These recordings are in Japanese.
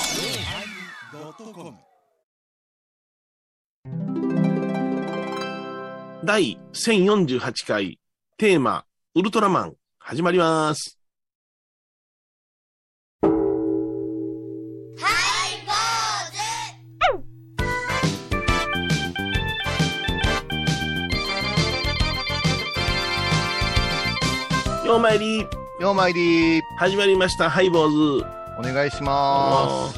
yosmir 第1048回テーマ「ウルトラマン」始まります。ようまいりようまいり始まりましたハイボーズお願いします。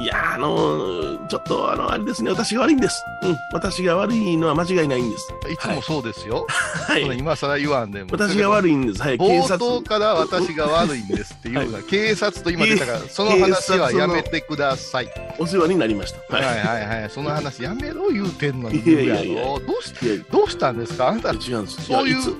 いやーあのーちょっとあのあれですね私が悪いんですうん私が悪いのは間違いないんですいつもそうですよ。はそれい今更言わんでも。私が悪いんですはい警冒察頭から私が悪いんですっていうのが、警察と今出たから、その話はやめてください。お世話になりましたはいははいはい。その話やめろ言うてんのに。いやいやいやどうしいいやどうしたんですかあなた、違うんですそういやつう、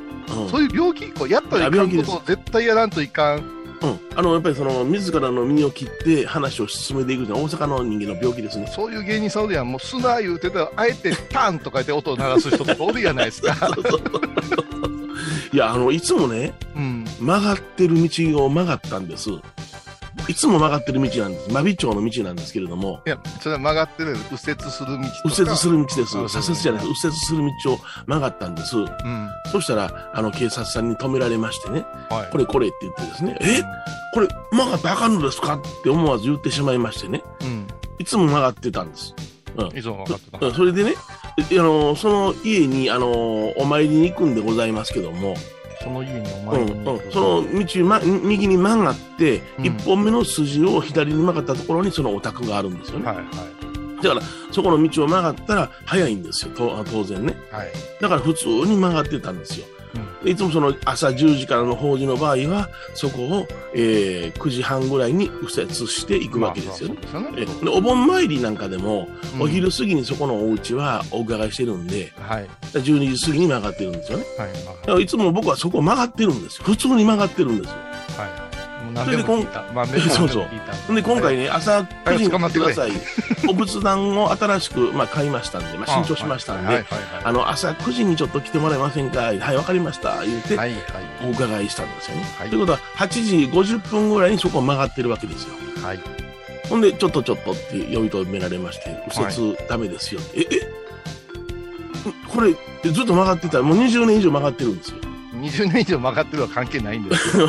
うんそういう病気以降、やったらいかんいや病気でこすとを絶対やらんといかん。うん、あのやっぱりその自らの身を切って話を進めていくというのは大阪の人間の病気ですね。そういう芸人さんおるやん。もう砂言うてたら、あえてパンとか言って音を鳴らす人とかおるやないですか。いやあのいつもねうん。曲がってる道を曲がったんです。いつも曲がってる道なんです。真備町の道なんですけれどもいや、それは曲がってる、右折する道とか。右折する道です。あそう左折じゃない右折する道を曲がったんです。うん。そしたらあの警察さんに止められましてねはい。これこれって言ってですねえこれ曲がってあかんのですかって思わず言ってしまいましてねうん。いつも曲がってたんです。いつも分かってた。うんそれでね、えあのその家にあのお参りに行くんでございますけども、その家におうん前に行うくんその道、ま、右に曲がって、うん一本目の筋を左に曲がったところにそのお宅があるんですよね。はいはだから、そこの道を曲がったら早いんですよ、と当然ね。い。はい。だから普通に曲がってたんですよ。いつもその朝10時からの法事の場合は、そこを、えー9時半ぐらいに右折していくわけですよね。まあそうえですよでお盆参りなんかでも、うんお昼過ぎにそこのお家はお伺いしてるんで、はい。 12時過ぎに曲がってるんですよね。はい。だからいつも僕はそこを曲がってるんですよ。普通に曲がってるんですよ。はい。もう何でも聞いた。まあ、何でもそうそう聞いたで、今回はいね、朝9時に捕ま来っててくくだれさい。お仏壇を新し く、まあ、買いましたんで、まあ、新調しましたんはいはでい、はいあの、朝9時にちょっと来てもらえませんかはい、わかりました。言って、はい。はいお伺いしたんですよね。はいということは、8時50分ぐらいにそこを曲がってるわけですよ。はい。はい。ほんで、ちょっとちょっとって呼び止められまして、右折ダメですよ。え、えこれ、ずっと曲がってたら、もう20年以上曲がってるんですよ。 20年以上曲がってるは関係ないんですよ。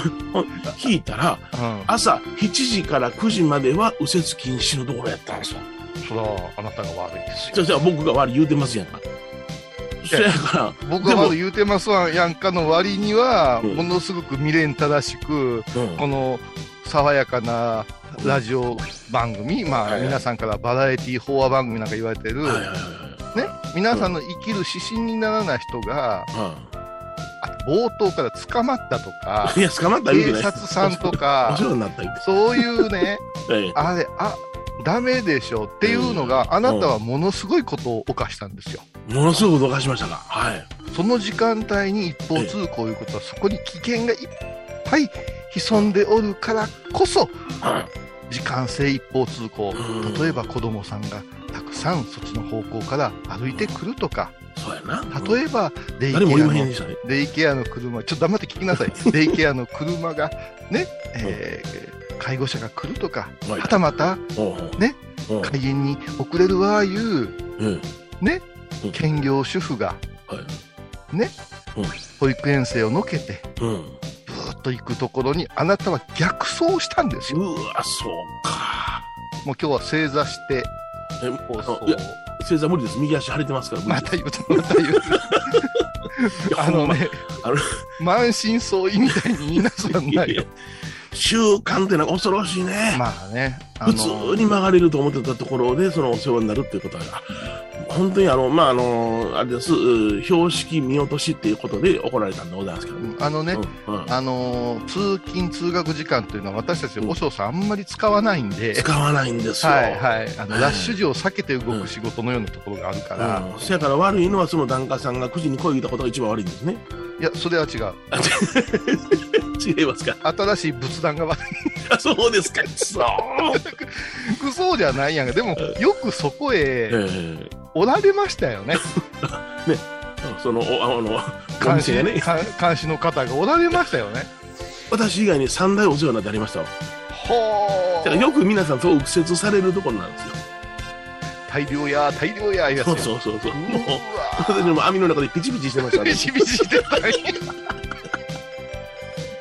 聞いたら、うん。朝7時から9時までは右折禁止のところやったんですよ。それはあなたが悪いですよ。そしたら僕が悪い言うてますやんか。そやか僕はまだ言うてますわやんかの割には、うんものすごく未練正しく、ら、うんこの爽やかなラジオ番組、まはあ、い皆さんからバラエティー飽和番組なんか言われてる、はいはいはいね、皆さんの生きる指針にならない人が、はいあ冒頭から捕まったと かう、ん。いや、捕まったら言う警てない。察さんとおか世、話になった言うそういうね、て。ええあれ、あダメでしょっていうのが、あなたはものすごいことを犯したんですよ。ものすごく脅かしましたが、はい。その時間帯に一方通行いうことは、そこに危険がいっぱい潜んでおるからこそ、は時間制一方通行うん例えば子供さんがたくさんそっちの方向から歩いてくるとかい。そうやな。例えばデイケア誰も言わへんのでしたね。デイケアの車ちょっと黙って聞きなさい デイケアの車がね、えー介護者が来るとかははいたまたおうおうね。おう開園に遅れるわいううん。兼業主婦がは保育園生をのけてい。うん。ブーッと行くところにあなたは逆走したんですようわ、そうか。もう今日は正座してえ、放送あのいや、正座無理です。右足腫れてますから、無ま理でた言うとまた言うとす。あのね、 あの満身創痍みたいに言いなさほんんまなにいやよ。習慣ってのは恐ろしいね。まあね、あ普の通に曲がれると思ってたところで、そのお世話になるっていうことは、あ本当にあの、まあ、あの、あれです、う標識見落としっていうことで怒られたんでございますけどね。あのね、うんうんあのー通勤通学時間というのは私たち和尚さんあんまり使わないんで、使わないんですよ。はいはい、あのうんラッシュ時を避けて動く仕事のようなところがあるから、うん、せやから悪いのはその檀家さんが9時に声を言ったことが一番悪いんですね。いやそれは違う。違いますか。新しい仏壇が悪あそうですか。そう。くそうじゃないやんが、でもよくそこえへえおられましたよね。そのおあの監お店視がね。 か監視の方がおられましたよね。私以外に3代お世話になってありましたわほだからよく皆さんそう右折されるところなんですよ大量や、大量や、やつそやうそうそうそうもううわ私も網の中でピ チピチしてましたー。ねビシビシ出たい。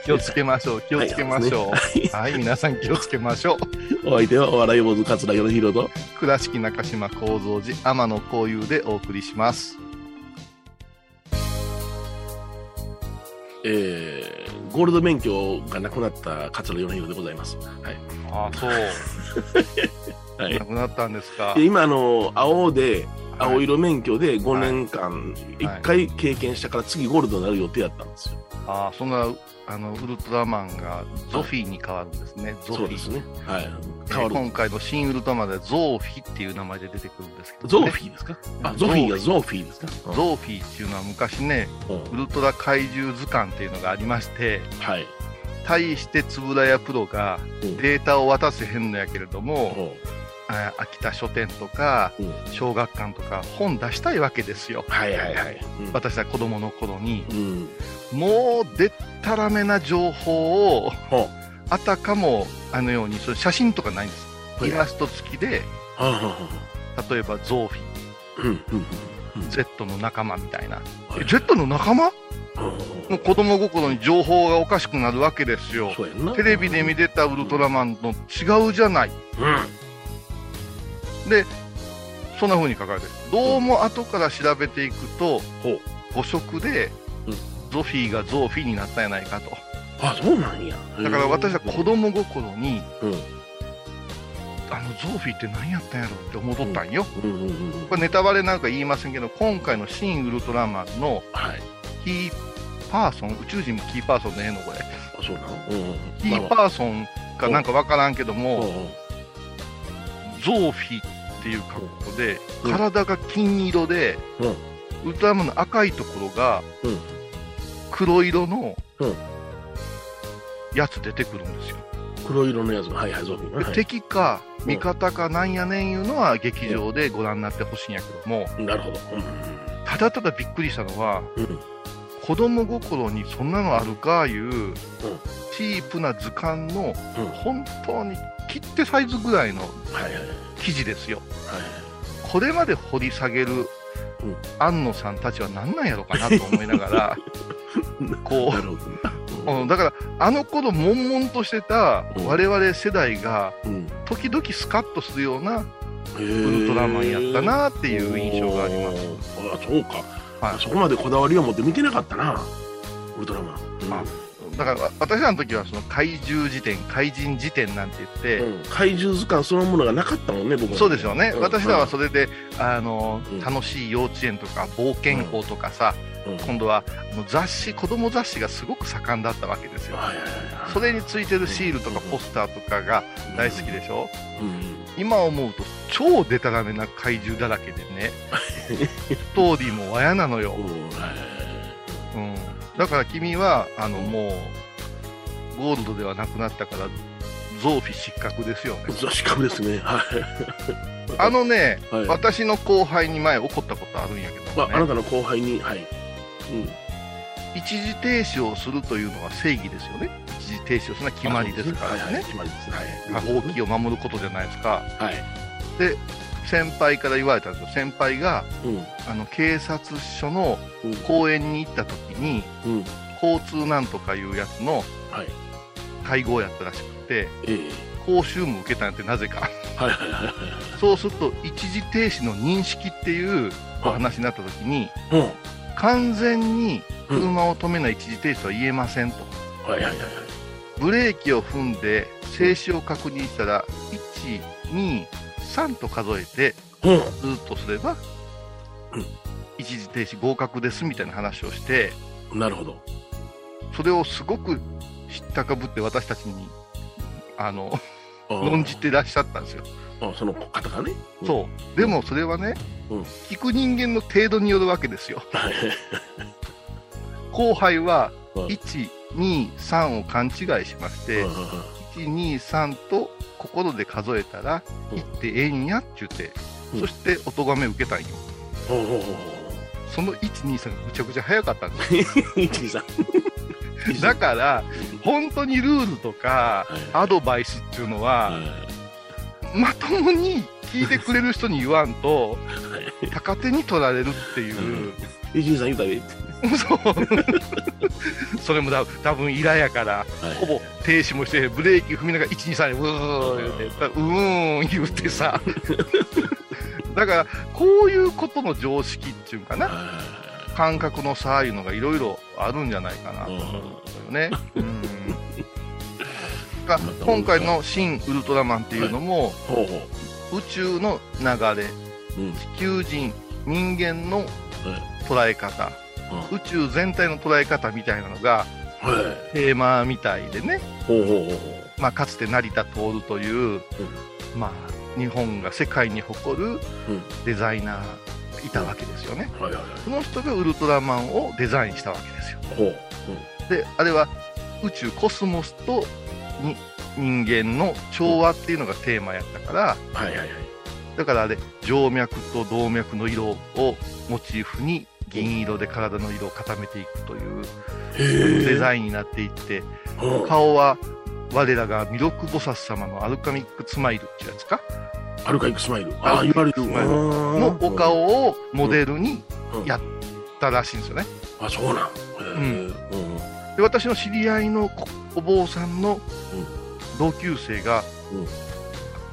気をつけましょう、気をつけましょはい、う。はい、皆さん気をつけましょう。お相手はお笑い坊主桂米宏と倉敷中島幸三寺天野幸雄でお送りします。えーゴールド免許がなくなった桂米宏でございます。はい。ああ、そう。はいなくなったんですかで。今、あの、青で、青い。色免許で5年間、1回経験したから次ゴールドになる予定やったんですよ。ああ、そんな、あの、ウルトラマンがゾフィーに変わるんですね。ゾフそうィですー。ね。はい。え変わーる。今回の新ウルトラマンではゾーフィーっていう名前で出てくるんですけど、ね。ゾーフィーですかあ、ゾフィーがゾゾーフィーですかーゾーフィーっていうのは昔ね、うんウルトラ怪獣図鑑っていうのがありまして、はい。対して円谷プロがうんデータを渡せへんのやけれども、うんあ秋田書店とかうん小学館とか本出したいわけですよ。はいはいはい。私は子供の頃に、うんうん。もうでったらめな情報をほうあたかもあのようにそれ写真とかないんですはいイラスト付きではあはあは例えばゾーフあィうんうんうんー Z の仲間みたいなはいえ Z の仲間うもう子供心に情報がおかしくなるわけですよんそうやんな。テレビで見てたウルトラマンと違うじゃないうんでそんな風に書かれてるどうも後から調べていくとほう誤色でうんゾフィーがゾーフィーになったんやないかとあ、そうなんや。だから私は子供心にうん。あのゾーフィーって何やったんやろって思っとったんよ、うんうんうんうんこれネタバレなんか言いませんけど今回の「新ウルトラマン」のはい。キーパーソン宇宙人もキーパーソンでええのこれあ、そうなのうんうん。キーまあパーソンかなんかわからんけどまあもうんうんゾーフィーっていう格好でうん体が金色でウルトラマンの赤いところがうん黒色のうんやつ出てくるんですよ黒色のやつが、はいはい、ゾフィーでな。はい敵か味方かなんやねんいうのは劇場でご覧になってほしいんやけどもなるほど。ただただびっくりしたのはうんうん。子供心にそんなのあるかいうチープな図鑑のうん本当に切手サイズぐらいのはいはいはい。記事ですよこれまで掘り下げるうん庵野さんたちは何なんやろかなと思いながらこなうるほう ど。んだからあの頃悶々としてたうん我々世代がうん。時々スカッとするようなウウルトラマンやったっなっていう印象があります。す。あ、そうか。はいそこまでこだわりを持って見てなかったな。ウルトラマン。うんあだからわ私らの時はその怪獣辞典怪人辞典なんて言って、うん怪獣図鑑そのものがなかったもんね、僕らそうですよね、ん私らはそれで、あのうん楽しい幼稚園とか冒険王とかさ、うん今度はあの雑誌子供雑誌がすごく盛んだったわけですよはいはいはいはいそれについてるシールとかうんポスターとかが大好きでしょ、うん今思うと超デタラメな怪獣だらけで ねストーリーもわやなのよ、うんはいはいうん、だから君はあのもうゴールドではなくなったからゾーフィ失格ですよねはい雑誌株ですね。はい。あのね、はい私の後輩に前怒ったことあるんやけまど、あ、あなね、たの後輩に、はい。うん一時停止をするというのは正義ですよね一時停止をするのは決まりですかはらいはいね決まりです。はい。法規を守ることじゃないですかはい。先輩から言われたんですよ先輩がうん。あの警察署のうん公園に行った時にうん。交通なんとかいうやつのはい。会合やったらしくてええ。講習も受けたんやってなぜかはいはいはいはい。そうすると一時停止の認識っていうお話になった時にうん。完全にうん車を止めない一時停止とは言えませんとはいはいはいはい。ブレーキを踏んで静止を確認したら123と数えてうん。ずーっとすればうん一時停止合格ですみたいな話をしてなるほど。それをすごく知ったかぶって私たちにあのあー論じてらっしゃったんですよあその方がね。うんそうでもそれはねうん聞く人間の程度によるわけですよはい後輩はうん123を勘違いしましてうんうんうん123と心で数えたらうん行ってええんやっちゅうて、うんそしてお咎め受けたんよ ほうほうほうほその123がむちゃくちゃ早かったんですう。一二三。だから、本当にルールとか、はアドバイスっていうのいは、まともに聞いてくれる人に言わんと、高手に取られるっていう。伊集院さん言うたらええって そう。それもだ多分イラやから、はいほぼ停止もしてへん、ブレーキ踏みながら、1、2、3で、うーん言うて、うーん言うてさ。 だから、こういうことの常識っていうかな、は感覚の差いうのがいろいろあるんじゃないかなと思うんですよね。うん が今回の「新ウルトラマン」っていうのも、いほうほ宇宙の流れううん地球人人間の捉え方宇宙全体の捉え方みたいなのがはいテーマみたいでね、ほうほうほうまあ、かつて成田徹という、まあ、日本が世界に誇るうんデザイナーがいたわけですよね。ほうはいはいはその人がウルトラマンをデザインしたわけですよ。いほうであれは宇宙コスモスとに人間の調和っていうのがテーマやったからうんはいはいはいだからあれ静脈と動脈の色をモチーフに銀色で体の色を固めていくというへえデイザインになっていってンは顔は我らが弥勒菩薩様のアルカミックスマイルっていうやつかアルカイックスマイルああ言われるスマイルののお顔をモデルにやっったらしいんですよねあそうなんへえうんで私の知り合いのこお坊さんのうん同級生が、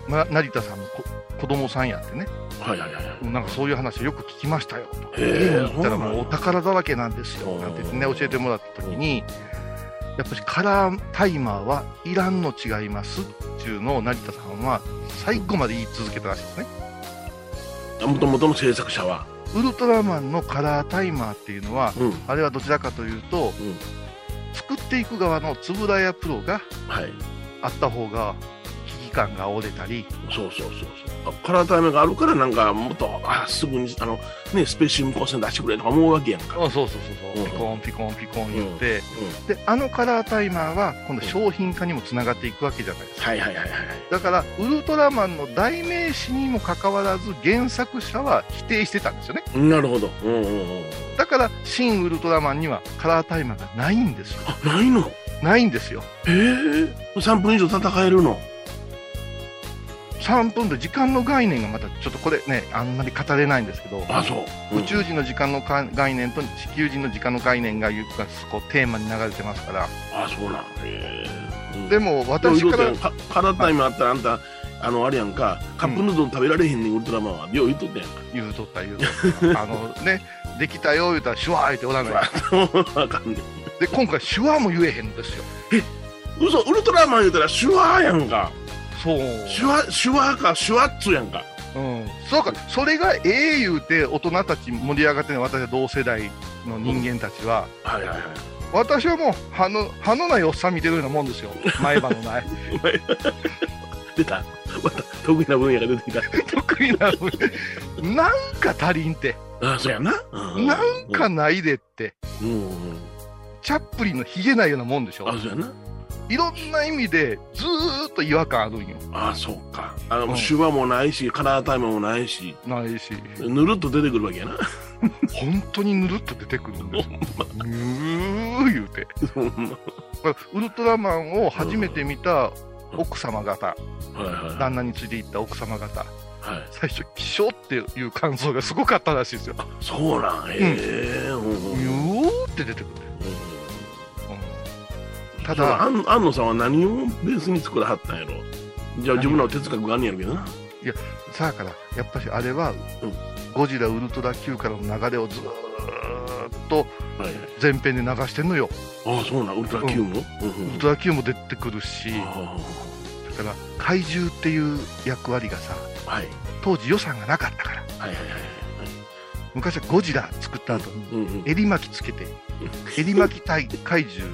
ま、成田さんのこ子供さんやってねはいはいはいはいなんかそういう話よく聞きましたよとへえ家に行ったらもうそおう宝だらけなんですようんなんてね教えてもらった時にやっぱりカラータイマーはいらんの違いますっていうのを成田さんは最後まで言い続けたらしいですねもともとの制作者はウルトラマンのカラータイマーっていうのはうんあれはどちらかというと、ん作っていく側の円谷プロがはいあった方が危機感が折れたり、そうそうそうそうカラータイムがあるからなんかもっとあすぐにあのねスペーシウム光線出してくれとか思うわけやんかそうそうそうそううんピコンピコンピコン言って、であのカラータイマーは今度商品化にもつながっていくわけじゃないですか、はいはいはいはいだからウルトラマンの代名詞にもかかわらず原作者は否定してたんですよねなるほど。うんうんうん。だから「新ウルトラマン」にはカラータイマーがないんですよあ、ないのないんですよええ3分以上戦えるの3分で時間の概念がまたちょっとこれねあんまり語れないんですけどあ、そう。宇宙人の時間のか概念と地球人の時間の概念がゆがこうテーマに流れてますからあ、そうなん。ええででもも私から言うとったよカラータイムあったらあんた、あの、あれやんか、カップヌードル食べられへんねん、ウルトラマンは。よう言っとったやんか。言うとった言うとったあのねできたよ言うたら手話言うておらんのよわかん ねで今回手話も言えへんのですよえ。嘘、ウルトラマン言うたら手話やんか。そう手話、手話か、手話っつうやんか。うん、そうかそれがええ言うて大人たち盛り上がってね私は同世代の人間たちは、はいはいはい。私はもう歯の歯のないおっさん見てるようなもんですよ前歯のない 出た。また、得意な分野が出てきた。得意なのになんか足りんてあ、そうやな。うなんか、ないでってうんうんうん。チャップリンのヒゲないようなもんでしょあ、そうやな。いろんな意味でずーっと違和感あるんよああそうかあの、うんシワもないしカラータイムもないしないしぬるっと出てくるわけやな 本当にぬるっと出てくるんですよぬー言うてほんまこれウルトラマンを初めて見た奥様方、はいはいはい旦那についていった奥様方はい最初気象っていう感想がすごかったらしいですよそうなんへえうんうんううんーって出てくる、うんただだ安安野さんは何をベースに作らはったんやろじゃあ自分らの哲学があんねやろけどなさあからやっぱりあれは、うんゴジラウルトラ Q からの流れをずーっとはい前編で流してんのよ、はいああそうなんウルトラ Q もうんうんウルトラ Q も出てくるし、あだから怪獣っていう役割がさあはい当時予算がなかったからはいはいはいはい昔はゴジラ作った後にうんうん襟巻きつけて襟巻き対怪獣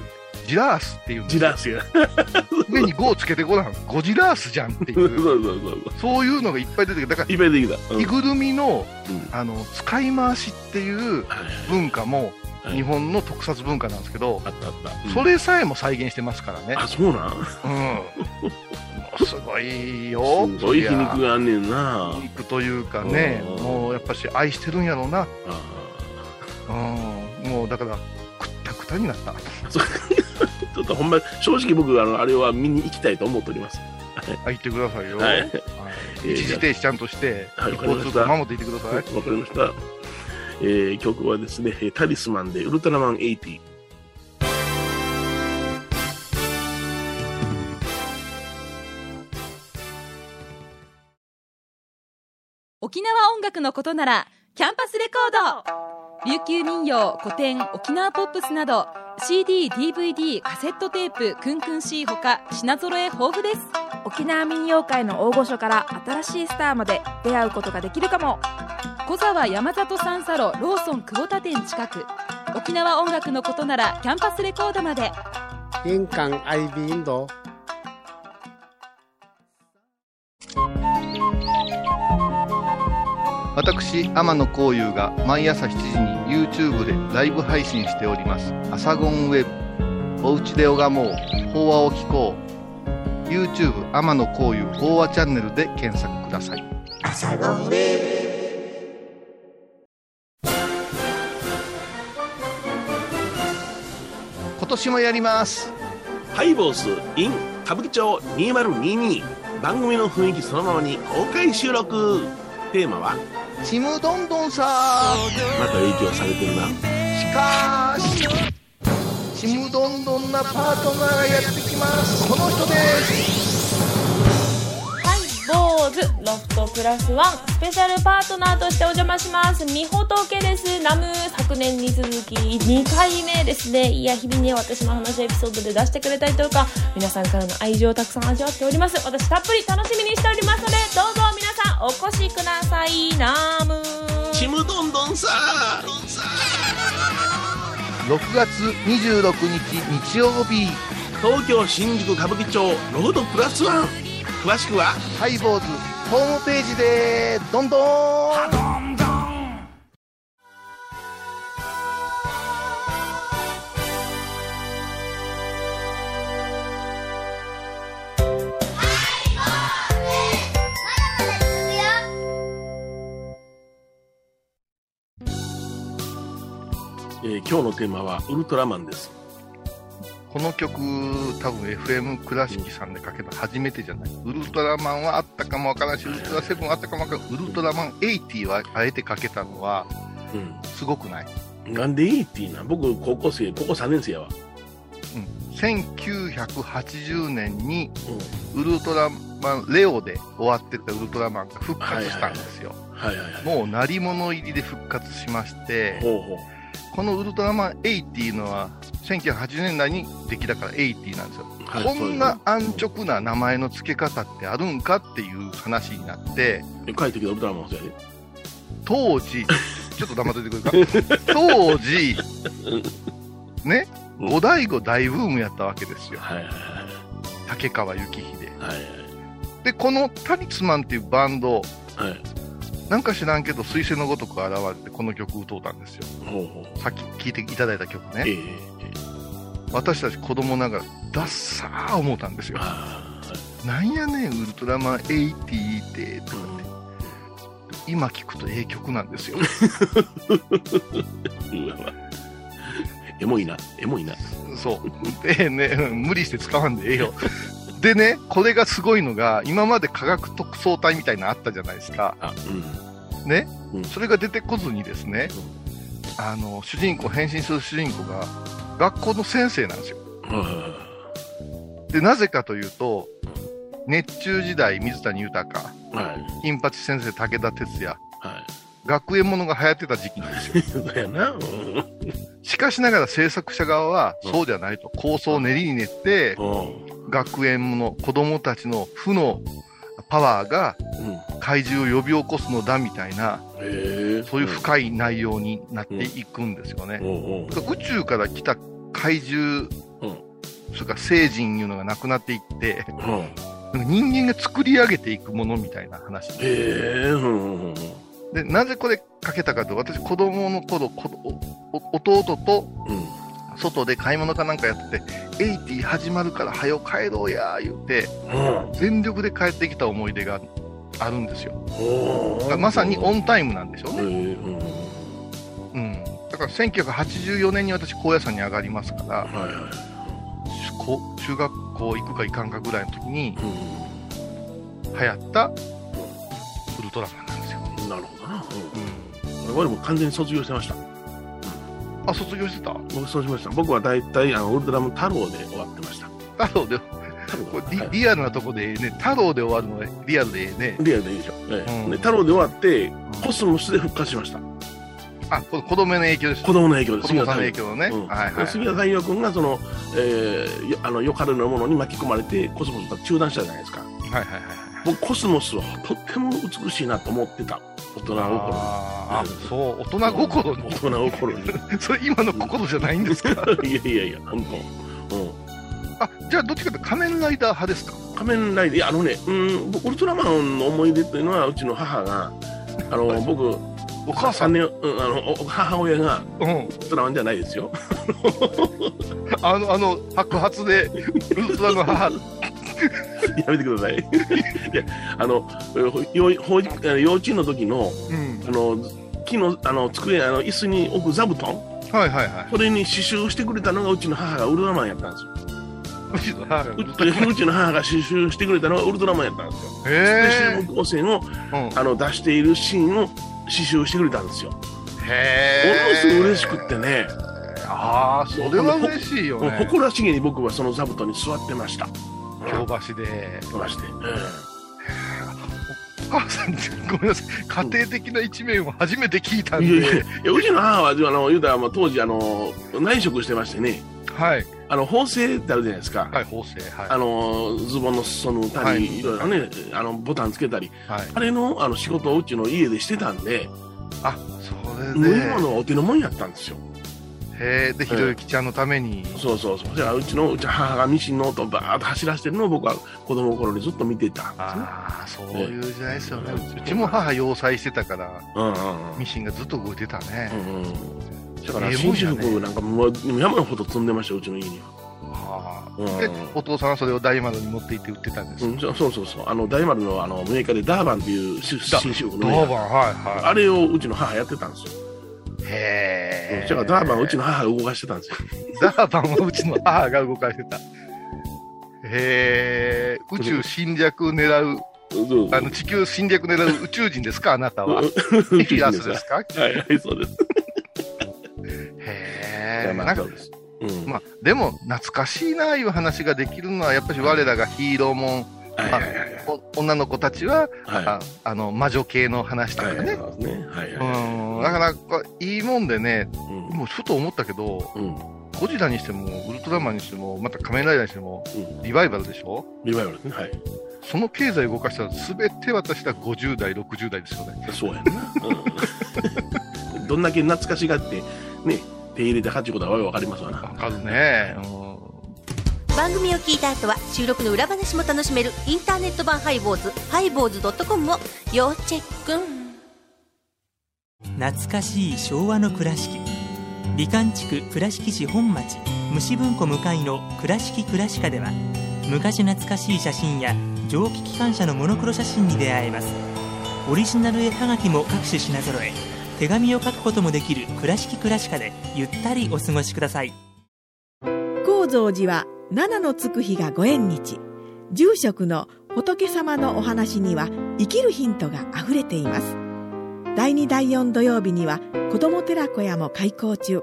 ジラースっていうんでジすよラースや上に5をつけてごらんゴジラースじゃんっていそうそううそうそうそういうのがいっぱい出てくるだからいっぱいできたうん着ぐるみのうんあの使い回しっていうはいはい文化もはい日本の特撮文化なんですけどあったあったそれさえも再現してますからねあそうなんうんすごいよすごい皮肉ががあんねんな皮肉というかねうんもうやっぱし愛してるんやろうなああうんもうだからくったくたになったそうっとほんま、正直僕、あの、あれは見に行きたいと思っております。あ、行ってくださいよ。ははいい一時停止ちゃんとして、はい一方通行守っていってくださわいか。りました。えー曲はですね、えータリスマンでウルトラマン80。沖縄音楽のことならキャンパスレコード琉球民謡古典沖縄ポップスなど CDDVD カセットテープクンクン C ほか品揃え豊富です沖縄民謡界の大御所から新しいスターまで出会うことができるかも小沢山里三佐路ローソン久保田店近く沖縄音楽のことならキャンパスレコードまで印港 IB 印度。私天野幸雄が毎朝7時に YouTube でライブ配信しております「アサゴンウェブ」「おうちで拝もう法話を聞こう」YouTube 天野幸雄法話チャンネルで検索ください今年もやりますハイボース in 歌舞伎町2022番組の雰囲気そのままに公開収録テーマはちむどんどんさまた影響されてるなーしかーしちむどんどんなパートナーがやってきますこの人ですはい、坊主ロフトプラスワンスペシャルパートナーとしてお邪魔しますみほとけですナム昨年に続き2回目ですねいや日々ね私の話エピソードで出してくれたりとか皆さんからの愛情をたくさん味わっております私たっぷり楽しみにしておりますのでどうぞ皆さんお越しくださいナムちむどんどんさ6月26日日曜日東京新宿歌舞伎町ロフトプラスワン詳しくはハイボーズホームページでどんどんえー今日のテーマはウルトラマンですこの曲多分 FM 倉敷さんでかけた初めてじゃないウルトラマンはあったかもわからんしウルトラセブンはあったかもわからんウルトラマン80はあえてかけたのはうすごくない、んなんで80なん僕高校生高校3年生やわうん、1980年にウルトラマンレオで終わってたウルトラマンが復活したんですよ、はいはいはいもう鳴り物入りで復活しましてほうほうこのウルトラマン80のは1980年代にできたから80なんですよ、はいこんな安直な名前の付け方ってあるんかっていう話になってえ帰ってきたウルトラマンもそうやで 当時ちょっと黙っといてくれるか当時ねうん五醍醐大ブームやったわけですよはいはい竹川幸秀はいでこのタリスマンっていうバンドはいはいなんか知らんけど彗星のごとく現れてこの曲歌うたんですよほうほうさっき聴いていただいた曲ええねええ私たち子供ながらダッサー思ったんですよあなんやねんウルトラマン80ってとあか今聞くとええ曲なんです ようわエモいなエモいなそうでねうん無理して使わんでええよでねこれがすごいのが今まで科学特捜隊みたいなのあったじゃないですか あうんね、うんそれが出てこずにですねあの主人公変身する主人公が学校の先生なんですよはでなぜかというと熱中時代水谷豊いはい金八先生武田鉄矢は学園ものが流行ってた時期なんですよ いそうやなうんしかしながら制作者側はうんそうじゃないと構想を練りに練ってう学園の子供たちの負のパワーがん怪獣を呼び起こすのだみたいなへえそういう深い内容になっていくんですよねおうおう宇宙から来た怪獣うんそれから星人いうのがなくなっていってうん人間が作り上げていくものみたいな話へえうんうんでなぜこれかけたかと私子供の頃こおお弟とうん外で買い物かなんかやってて、エイティ始まるから早よ帰ろうやー言うて、うん全力で帰ってきた思い出があるんですよ。おだうからまさにオンタイムなんでしょうへえね。うんうん。だから1984年に私、高野山に上がりますから、はいはここ中学校行くか行かんかぐらいの時に流行ったウルトラマンなんですよ、うん、なるほどな、うん、我々も完全に卒業してましたあ卒業してた僕そうしました僕は大体あのウルトラマン太郎で終わってました太郎で太郎これリ,、はいリアルなとこでええね太郎で終わるのがリアルでええねリアルでいいでしょ、ええうんで太郎で終わってコスモスで復活しましたあこの子供の影響でした子子供の影響です供さんの影響のね、うんはいはい杉田太陽君がその、えーよあのよからぬものに巻き込まれてコスモスが中断したじゃないですかはいはいはいはい僕コスモスはとっても美しいなと思ってた大人心あーあそう大人心にに大人心にそれ今の心じゃないんですかいやいやいや本当うんあじゃあどっちかって仮面ライダー派ですか仮面ライダーいやあのねうん僕ウルトラマンの思い出というのはうちの母があの僕お母さ三ん、年うん、あのお母親がうん、ウルトラマンじゃないですよあのあの白髪でウルトラの母やめてくださいいやあの幼幼幼稚園の時のうんあの木のあの机あの椅子に置く座布団はいはいはいこれに刺繍してくれたのがうちの母がウルトラマンやったんですようちの母がウルトラううちの母が刺繍してくれたのがウルトラマンやったんですよ、でへ中国汚染をーうんあの出しているシーンを刺繍してくれたんですよものすごへいー嬉しくってねああそれは嬉しいよもうね誇らしげに僕はその座布団に座ってました京橋で日まして、えお母さんごめんなさい家庭的な一面を初めて聞いたんえでい やいやいやうちの母はあの言うたらもう当時あの内職してましてねはいあの縫製ってあるじゃないですか、はい縫製はいあのズボンの裾の歌に、、はいいろいろねあのボタンつけたりはいあれのあの仕事をうちの家でしてたんであそれ縫いで物はお手のもんやったんですよへえでひろゆきちゃんのためにそうそうそうじゃあうちのうちの母がミシンの音をバーッと走らせてるのを僕は子供の頃にずっと見てたんですねああそういう時代ですよねうちも母要塞してたからうんうんうんミシンがずっと動いてたね、うんうんだからええ紳もん士やね服なんかもう山ほど積んでましたようちの家には、はあうんでお父さんはそれを大丸に持って行って売ってたんです、うん、そうそうそうそうあの大丸のあのメーカーでダーバンっていうしダ紳士服のダメーーカバーンはいはあれをうちの母やってたんですよ、いへうんだえからダーバンはうちの母が動かしてたんですよダーバンはうちの母が動かしてたへえ宇宙侵略狙うそうあの地球侵略狙う宇宙人ですかあなたはうフんうんィギュアスですかへはいはいそうですえまなあんかそうですうんまあでも懐かしいないう話ができるのはやっぱり我らがヒーローもんはいあはいはいはいお女の子たちははいああの魔女系の話とかはいはいねそうですねはいはいうんだからこういいもんでねうんもうふと思ったけどうんゴジラにしてもウルトラマンにしてもまた仮面ライダーにしてもうんリバイバルでしょリバイバルですねはいその経済を動かしたら全て私ら50代60代ですよねそうやんな、うん どんだけ懐かしがってね手入れたかっていうことはわかりますわなわかるね、番組を聞いた後は収録の裏話も楽しめるインターネット版ハイボーズハイボーズ .com を要チェック懐かしい昭和の倉敷美観地区倉敷市本町虫文庫向かいの「倉敷倉敷科」では昔懐かしい写真や蒸気機関車のモノクロ写真に出会えますオリジナル絵はがきも各種品揃え手紙を書くこともできる「倉敷倉敷科」でゆったりお過ごしください高蔵寺は七のつく日がご縁日住職の仏様のお話には生きるヒントがあふれています第2第4土曜日には子ども寺小屋も開校中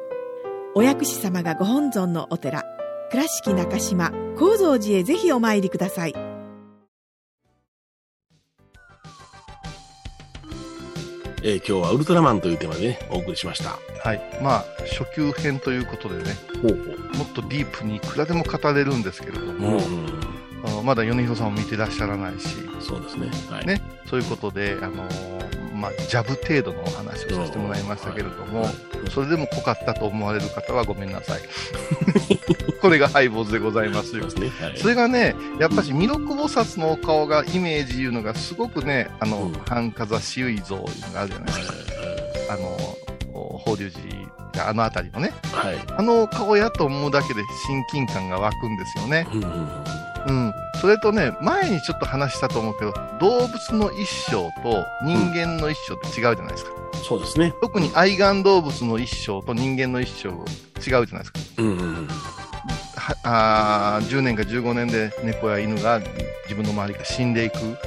お薬師様がご本尊のお寺倉敷中島・高蔵寺へぜひお参りくださいえー今日はウルトラマンというテーマで、ね、お送りしましたはいまあ初級編ということでねほうもっとディープにいくらでも語れるんですけれどほう、も、うん、あのまだ米広さんも見てらっしゃらないしそうですねはいねそういうことで、あのーまあ、ジャブ程度のお話をさせてもらいましたけれども、それでも濃かったと思われる方はごめんなさい これがハイボーズでございますそうよですねはいそれがね、やっぱし弥勒菩薩のお顔がイメージいうのがすごくね、あうのん、繁華座周囲像いうのがあるじゃないですか。あの、お法隆寺、あの辺りのね、はいあの顔やと思うだけで親近感が湧くんですよね。うんうんうんうん。それとね、前にちょっと話したと思うけど、動物の一生と人間の一生って違うじゃないですか。そうですね特に愛玩動物の一生と人間の一生違うじゃないですか。うんうんうんはあー10年か15年で猫や犬が自分の周りが死んでいくうん。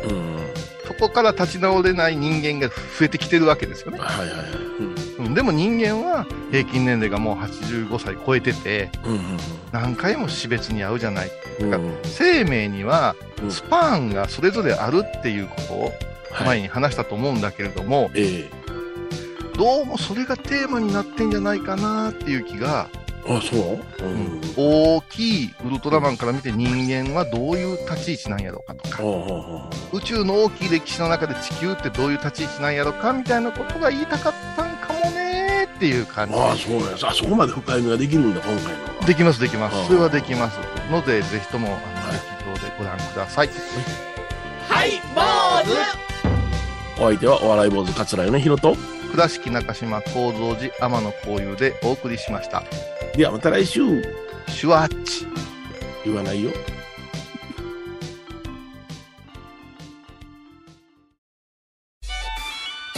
そこから立ち直れない人間が増えてきてるわけですよね、はいはいはい。うん。うんでも人間は平均年齢がもう85歳超えててうん何回も死別に遭うじゃないうんうん。うん生命にはうんスパンがそれぞれあるっていうことをはい。前に話したと思うんだけれども、ええどうもそれがテーマになってんじゃないかなっていう気が、あ、そううん。大きいウルトラマンから見て人間はどういう立ち位置なんやろうかとか、ほうほうほうほ宇宙の大きい歴史の中で地球ってどういう立ち位置なんやろうかみたいなことが言いたかったんかもねーっていう感うああ、じ。そうなんです。あそこまで深いみができるんだ、今回のは。できます、できまあーす。それはできます。ので、ぜひとも、あのはい、劇場でご覧ください。お相手はお笑い坊主桂米宏と。倉敷中島幸三寺天野幸雄でお送りしました。ではまた来週シュワッチ。言わないよ。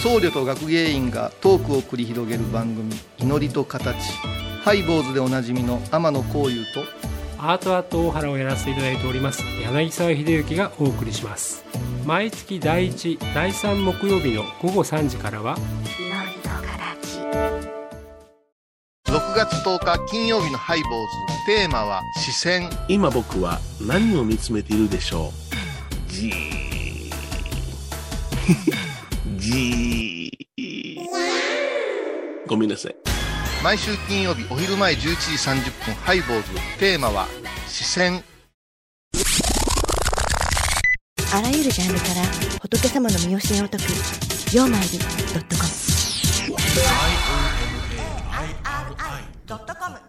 僧侶と学芸員がトークを繰り広げる番組「祈りと形」ハイボーズでおなじみの天野幸雄とアートアート大原をやらせていただいております柳沢秀幸がお送りします毎月第1第3木曜日の午後3時からは6月10日金曜日のハイボーズテーマは「視線今僕は何を見つめているでしょう。じー。じー。ごめんなさい。」毎週金曜日お昼前11時30分ハイボーズテーマは「視線あらゆるジャンルから仏様の身教えを解く「曜マイルドットコム」「IOMAI.com」